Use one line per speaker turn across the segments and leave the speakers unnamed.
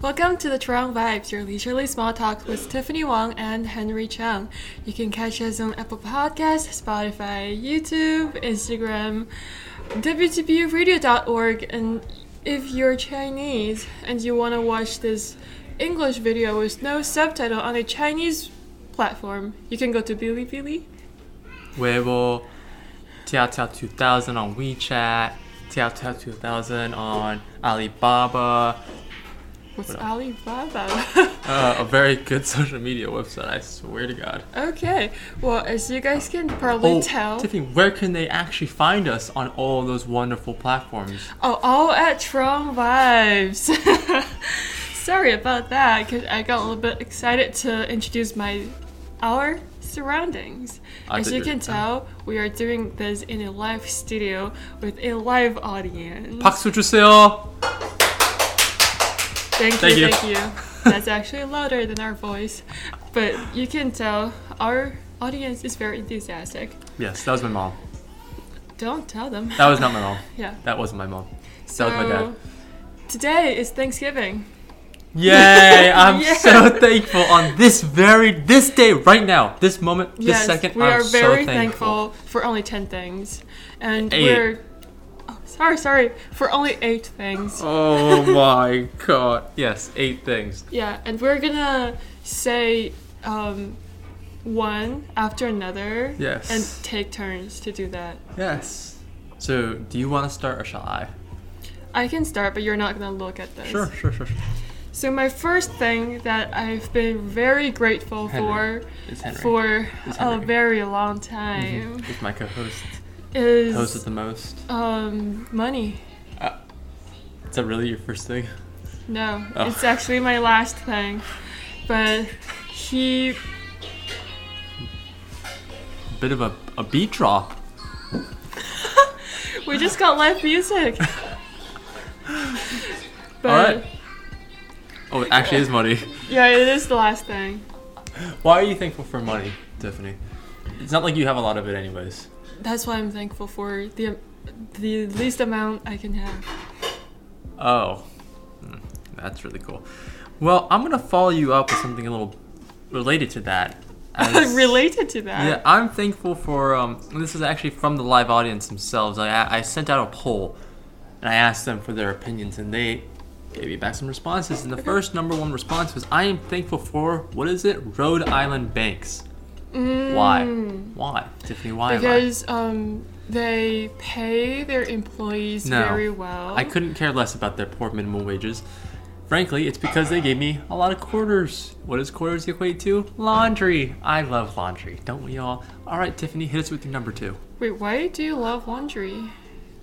Welcome to the Toronto Vibes, your leisurely small talk with Tiffany Wong and Henry Chung. You can catch us on Apple Podcasts, Spotify, YouTube, Instagram, wtpuradio.org, and if you're Chinese and you want to watch this English video with no subtitle on a Chinese platform, you can go to Bilibili.
Weibo, Tiaotiao 2000 on WeChat, Tiaotiao 2000 on Alibaba,
What's
What
Alibaba?
uh, a very good social media website, I swear to God.
okay, well, as you guys can probably tell,
Oh, Tiffany, where can they actually find us on all those wonderful platforms?
Oh, all at Tron Vibes. Sorry about that, because I got a little bit excited to introduce my our surroundings.
I
As
did
you
it.
can tell, we are doing this in a live studio with a live audience.
박수 주세요.
Thank,
Thank
you,
you.
thank you. That's actually louder than our voice, but you can tell our audience is very enthusiastic.
Yes, that was my mom.
Don't tell them.
That was not my mom.
Yeah.
That wasn't my mom.
So
That was my dad.
today is Thanksgiving.
Yay! I'm
Yeah.
so thankful on this very this day right now, this moment, this
yes,
second.
we
I'm
are
so
very
thankful.
thankful. for only 10 things and we
Eight.
we're oh, sorry sorry for only eight things
Oh my god. Yes, eight things.
yeah and we're gonna say um, one after another
Yes.
and take turns to do that
Yes. So, do you want to start or shall I?
i can start but you're not gonna look at this
sure, sure. sure.
so my first thing that i've been very grateful
Henry.
for
It's Henry.
for
It's
a
Henry. Mm-hmm.
very long time
It's my co-host.
is
Host of the most. Uh,
um, money
Is that really your first thing?
No,
Oh.
it's actually my last thing. But he,
Bit of a, a beat drop.
we just got live music. but
Alright. Oh, it actually is money.
yeah, it is the last thing.
Why are you thankful for money, Tiffany? It's not like you have a lot of it, anyways.
That's why I'm thankful for the the least amount I can have.
Oh, Hmm, that's really cool. Well, I'm gonna follow you up with something a little related to that. as-
Related to that,
Yeah, I'm thankful for. Um, and this is actually from the live audience themselves. I, I sent out a poll, and I asked them for their opinions, and they gave me back some responses. And the first number one response was, "I am thankful for what is it? Rhode Island banks. Why? Why, Tiffany? Why? am I-
Mm. because um, they pay their employees
No.
very well.
I couldn't care less about their poor minimum wages. Frankly, it's because they gave me a lot of quarters. What does quarters equate to? Laundry. I love laundry, don't we all? All right, Tiffany, hit us with your number two.
Wait, why do you love laundry? You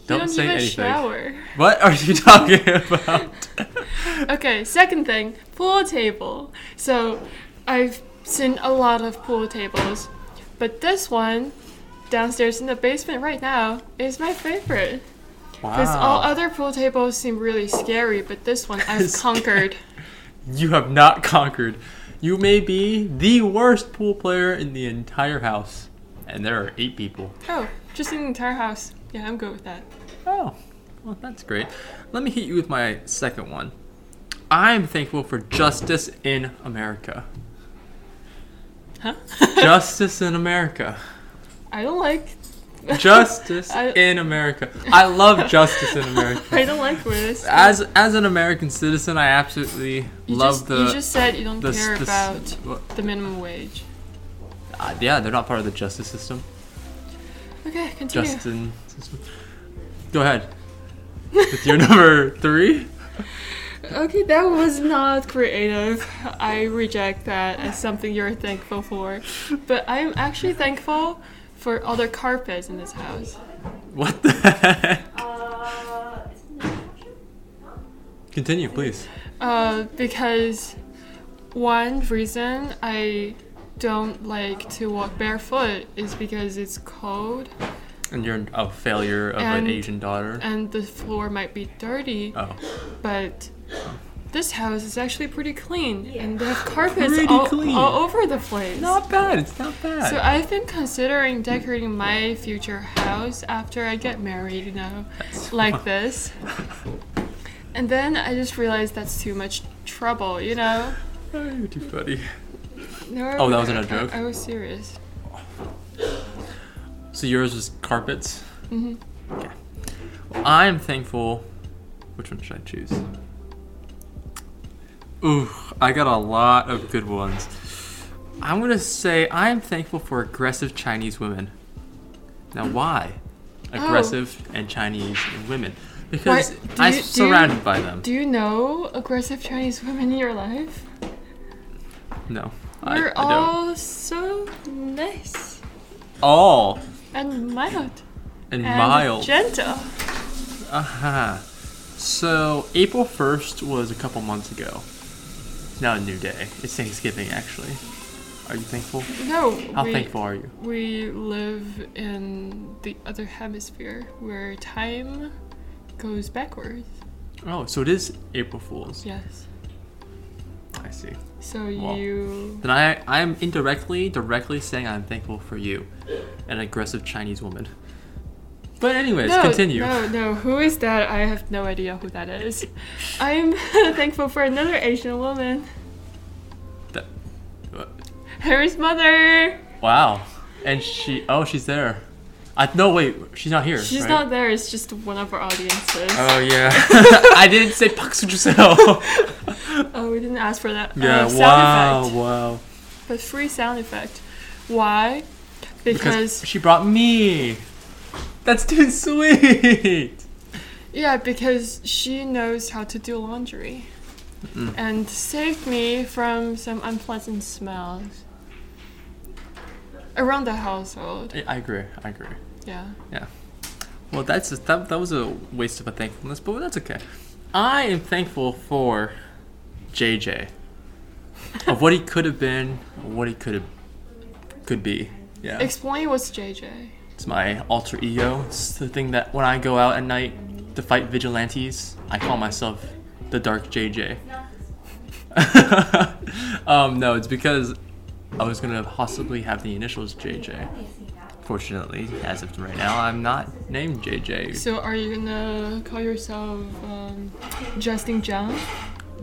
Don't
don't
say
even
anything.
shower.
What are you talking about?
Okay, second thing, pool table. So I've seen a lot of pool tables, but this one downstairs in the basement right now is my favorite. Because all other pool tables seem really scary, but this one I've
Ah. Scary.
conquered.
you have not conquered. You may be the worst pool player in the entire house, and there are eight people.
Oh, just in the entire house. Yeah, I'm good with that.
Oh, well, that's great. Let me hit you with my second one. I'm thankful for justice in America.
Huh?
justice in America.
I don't like.
Justice
I-
in America. I love justice in America.
I don't like this.
As as an American citizen, I absolutely
you
love
just,
the
You just said you don't
the s-
care
the
about
s- what-
the minimum wage.
uh, yeah, they're not part of the justice system.
Okay, continue.
Justin system. Go ahead. With your number three.
Okay, that was not creative. I reject that as something you're thankful for. But I'm actually thankful for all the carpets in this house.
What the heck?
Uh, is it an option?
Continue, please.
Uh, because one reason I don't like to walk barefoot is because it's cold
And you're a failure of
And-
an Asian daughter.
and the floor might be dirty,
Oh.
but this house is actually pretty clean and they have carpets
Pretty
all,
clean.
all over the place.
Not bad. It's not bad.
So I've been considering decorating my future house after I get married, you know, like this. And then I just realized that's too much trouble, you know?
Oh, you're too funny.
No,
Oh, that wasn't a
I-
joke?
I, was serious.
So yours was carpets.
hmm
Okay. Well, I'm thankful. Which one should I choose? Ooh, I got a lot of good ones. I'm gonna say I am thankful for aggressive Chinese women.
Mm.
Now, why
Oh.
aggressive and Chinese women? Because
Why- do
I'm
you- do
surrounded
you-
by them.
Do you know aggressive Chinese women in your life?
no, I,
We're
I don't.
all so nice
All
and mild
and,
and
mild.
gentle.
Aha. So April first was a couple months ago. It's now a new day. It's Thanksgiving, actually. Are you thankful?
No,
How
we,
thankful are you?
we live in the other hemisphere where time goes backwards.
Oh, so it is April Fools.
Yes.
I see.
So
Wow.
you.
Then I I am indirectly directly saying I'm thankful for you, an aggressive Chinese woman. But anyways,
no,
continue.
No, no. Who is that? I have no idea who that is. I'm thankful for another Asian woman.
That- uh,
Harry's mother.
wow. And she oh she's there. I no wait she's not here.
She's
right?
not there. It's just one of our audiences.
Oh yeah. I didn't say Pak Sujuseo.
oh, we didn't ask for that. uh,
Yeah,
sound
wow,
effect.
wow.
But free sound effect. Why? Because,
she brought me. That's too sweet.
yeah, because she knows how to do laundry and saved me from some unpleasant smells around the household.
I I agree. I agree.
Yeah.
Yeah. Well, that's a, that, that was a waste of a thankfulness, but that's okay. I am thankful for JJ of what he could have been, what he could have could be. Yeah.
Explain what's JJ.
It's my alter ego. It's the thing that when I go out at night to fight vigilantes, I call myself the Dark JJ. um, no, it's because I was gonna possibly have the initials JJ. Fortunately, as of right now, I'm not named JJ.
So, are you gonna call yourself um, Justin John?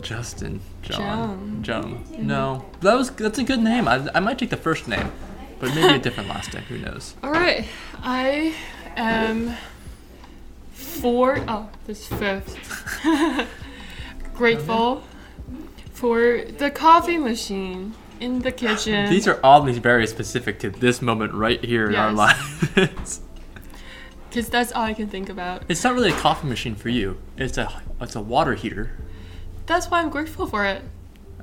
Justin. John. John. No, that was that's a good name. I, I might take the first name, but maybe a different last name. Who knows?
All right, I am four. Oh, this fifth. Grateful for the coffee machine in the kitchen.
These are all these very specific to this moment right here in our lives.
because that's all I can think about.
It's not really a coffee machine for you. It's a it's a water heater.
That's why I'm grateful for it.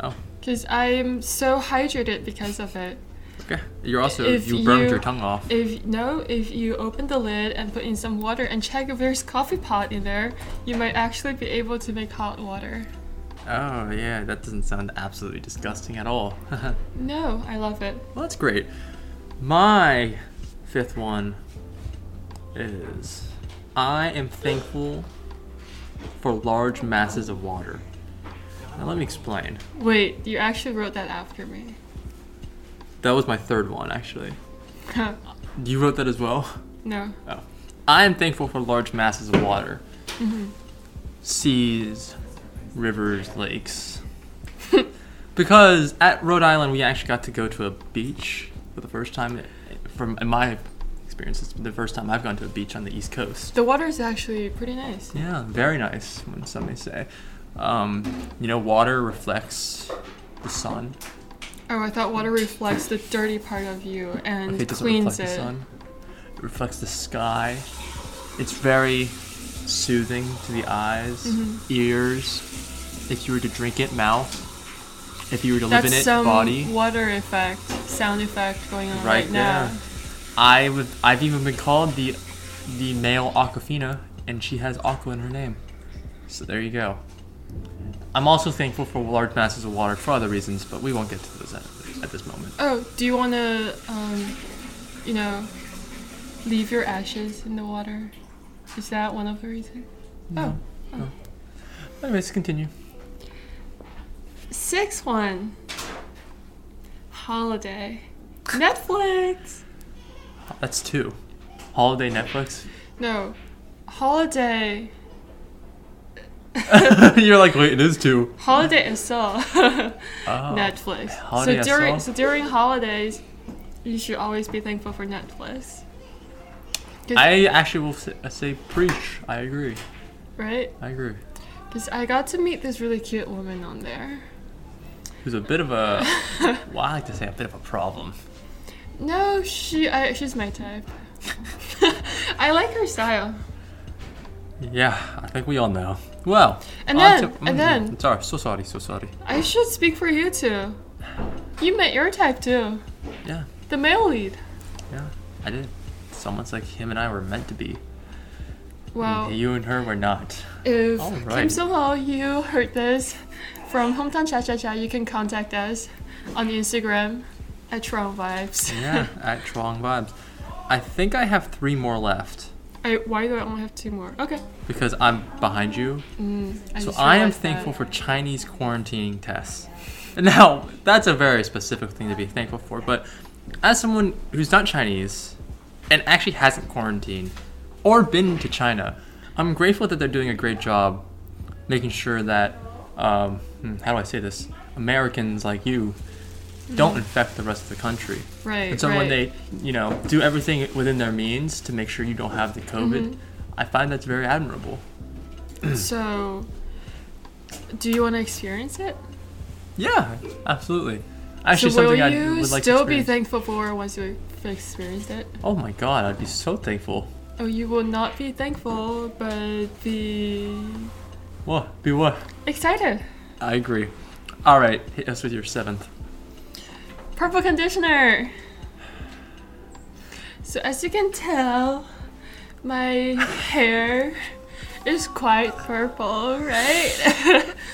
Oh,
Because I'm so hydrated because of it.
okay. You're also
If
you burned
you-
your tongue off.
If no, if you open the lid and put in some water and check if there's coffee pot in there, you might actually be able to make hot water.
Oh yeah, that doesn't sound absolutely disgusting at all. well,
No, I love it.
that's great. My fifth one is I am thankful for large masses of water. Now let me explain.
Wait, you actually wrote that after me.
That was my third one actually. You wrote that as well.
no.
Oh. I am thankful for large masses of water. Seas, rivers, lakes. because at Rhode Island, we actually got to go to a beach for the first time. From in my experience, it's the first time I've gone to a beach on the East Coast.
The water is actually pretty nice.
Yeah, very nice, when some may say. Um, you know, water reflects the sun.
Oh, I thought water reflects the dirty part of you and
Okay, it doesn't
cleans
reflect
it.
the sun. It reflects the sky. It's very soothing to the eyes,
Mm-hmm.
ears. If you were to drink it, mouth. If you were to
That's
live in it,
some
body.
water effect, sound effect going on right,
Right there.
now.
I would. I've even been called the the male Aquafina, and she has aqua in her name. So there you go. I'm also thankful for large masses of water for other reasons, but we won't get to those at, at this moment.
Oh, do you want to, um, you know, leave your ashes in the water? Is that one of the reasons?
No. no. Anyways, continue.
Oh, sixth one. Holiday. Netflix.
That's two. Holiday Netflix.
No, holiday
You're like, wait, it is two.
Holiday is so
Oh.
Netflix.
Holiday
so
is
during so
so?
during holidays, you should always be thankful for Netflix. 'Cause-
I actually will say, I say preach. I agree.
right?
I agree.
Because I got to meet this really cute woman on there.
Who's a bit of a, well, I like to say a bit of a problem.
No, she I, she's my type. I like her style.
Yeah, I think we all know. Well,
And
on
then-
to- mm-hmm.
and then-
sorry, so sorry, so sorry.
I should speak for you too. You met your type too.
Yeah,
The male lead.
yeah, I did. Someone's like him and I were meant to be.
Wow.
You and her were not.
If
All
Kim
right.
Solo, you heard this from Hometown Cha Cha Cha, you can contact us on Instagram at Tron Vibes.
Yeah, at Trong Vibes. I think I have three more left
I, why do I only have two more? Okay.
because I'm behind you.
Mm, I
So
just
I am
realized that.
thankful for Chinese quarantining tests. Now, that's a very specific thing to be thankful for, but as someone who's not Chinese and actually hasn't quarantined or been to China, I'm grateful that they're doing a great job making sure that, um, hmm, how do I say this? Americans like you don't infect the rest of the country.
Mm-hmm. Right.
And so
right.
when they, you know, do everything within their means to make sure you don't have the COVID,
Mm-hmm.
I find that's very admirable.
So, do you want to experience it?
Yeah, absolutely. Actually,
so will
something I
you
would like
still
to
be
experience.
thankful for once you experienced it?
Oh my god, I'd be so thankful.
Oh, you will not be thankful, but be
What? Be what?
excited.
I agree. All right, hit us with your seventh.
Purple conditioner. So as you can tell, my hair is quite purple, right?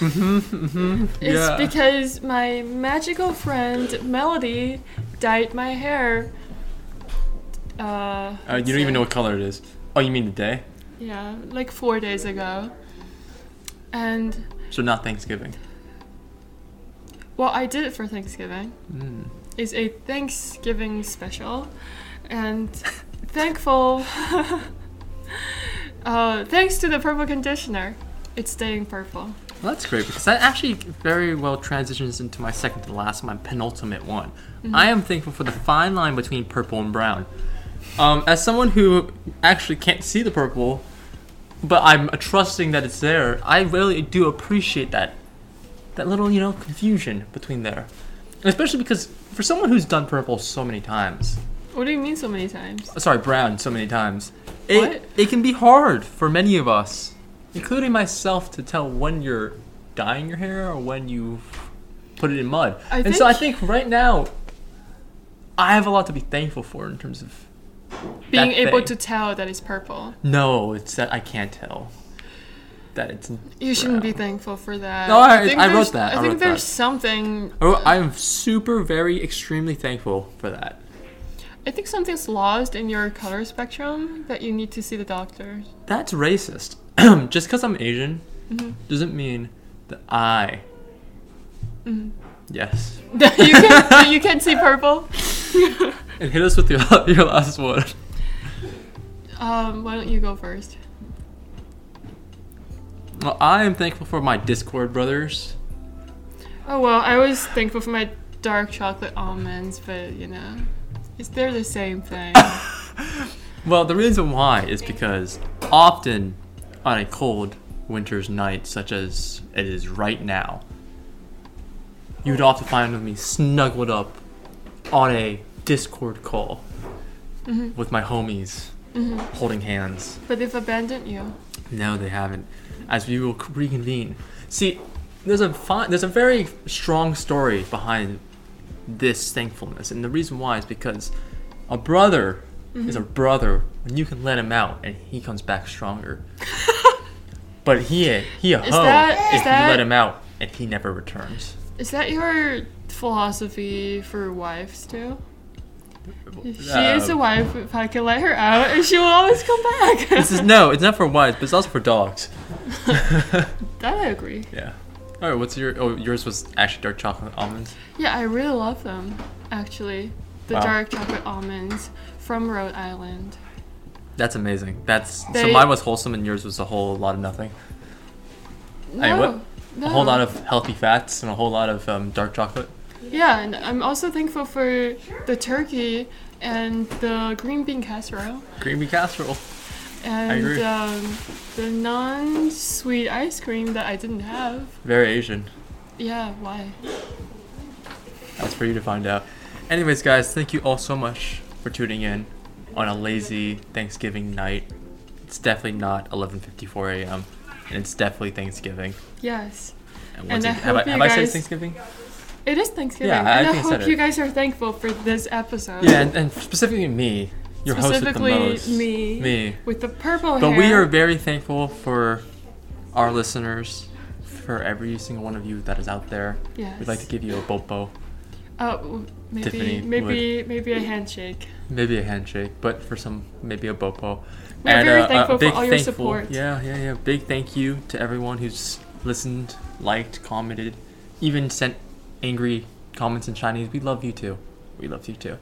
Mm-hmm,
It's because my magical friend Melody dyed my hair. Uh,
Uh, you don't even know what color it is. Oh, you mean the day?
Yeah, like four days ago. And
So not Thanksgiving.
well, I did it for Thanksgiving.
Mm.
It's a Thanksgiving special, and thankful. uh, thanks to the purple conditioner, it's staying purple.
Well, that's great because that actually very well transitions into my second to last, my penultimate one. I am thankful for the fine line between purple and brown. Um, as someone who actually can't see the purple, but I'm trusting that it's there, I really do appreciate that that little you know confusion between there, And especially because for someone who's done purple so many times,
What do you mean so many times?
sorry, brown so many times.
What?
It, it can be hard for many of us, including myself, to tell when you're dyeing your hair or when you put it in mud.
I
and so I
think-
think right now, I have a lot to be thankful for in terms of
Being
that
able
thing.
to tell that it's purple,
no, it's that I can't tell that it's.
you shouldn't be
brown.
thankful for that.
No, I-
think
I wrote
there's-
that,
I,
I
think
wrote
there's
that.
something.
Oh, I'm super, very, extremely thankful for that.
I think something's lost in your color spectrum that you need to see the doctor.
That's racist. Just because I'm Asian
Mm-hmm.
doesn't mean that I.
Mm-hmm.
Yes.
you can you can see purple.
And hit us with your, your last one.
Um, why don't you go first?
Well, I am thankful for my Discord brothers.
Oh well, I was thankful for my dark chocolate almonds, but you know, it's they're the same thing.
Well, the reason why is because often on a cold winter's night, such as it is right now, you would often find me snuggled up on a Discord call with my homies holding hands.
but they've abandoned you.
No, they haven't. As we will reconvene. See, there's a fine, there's a very strong story behind this thankfulness, and the reason why is because a brother is
Mm-hmm.
a brother, and you can let him out, and he comes back stronger. but he a, he a
Is
hoe
that-
if
is
you
that-
let him out, and he never returns.
Is that your philosophy for wives too? If she is a
Um,
wife. If I can let her out, and she will always come back.
This is no, it's not for wives, but it's also for dogs.
that I agree.
Yeah. All right, what's your? Oh, yours was actually dark chocolate almonds.
Yeah, I really love them. Actually, the
Wow.
dark chocolate almonds from Rhode Island.
That's amazing. That's
They-
so mine was wholesome and yours was a whole lot of nothing. I mean, what-
No,
A whole lot of healthy fats and a whole lot of um, dark chocolate.
Yeah, and I'm also thankful for the turkey and the green bean casserole
Green bean casserole.
and
agree.
um, the non-sweet ice cream that I didn't have.
Very Asian.
Yeah, why?
That's for you to find out. Anyways, guys, thank you all so much for tuning in on a lazy Thanksgiving night. It's definitely not 11:54 a.m. and it's definitely Thanksgiving.
Yes,
And,
I
have
hope
I,
you
have I said
guys-
Thanksgiving?
it is Thanksgiving,
Yeah, I
and I,
think I said
hope you
it.
guys are thankful for this episode.
Yeah, and, and specifically me, your host with the
Specifically
most.
me.
Me.
with the purple
But
hair.
we are very thankful for our listeners, for every single one of you that is out there.
Yes.
We'd like to give you a bopo,
Uh, w- maybe,
Tiffany
maybe, maybe a handshake.
maybe a handshake, but for some, maybe a bopo. uh,
We're very thankful for
big
all your
thankful-
support.
Yeah, yeah, yeah. Big thank you to everyone who's listened, liked, commented, even sent angry comments in Chinese. We love you too. We love you too.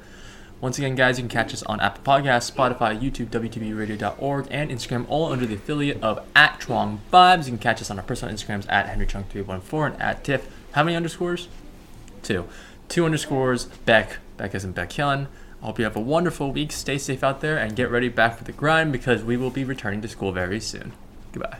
Once again, guys, you can catch us on Apple Podcasts, Spotify, YouTube, WTBRadio.org, and Instagram, all under the affiliate of at Chuang Vibes. You can catch us on our personal Instagrams at HenryChuang314 and at Tiff. How many underscores? Two. Two underscores, Beck. Beck isn't Beck Hyun. I hope you have a wonderful week. Stay safe out there and get ready back for the grind because we will be returning to school very soon. Goodbye.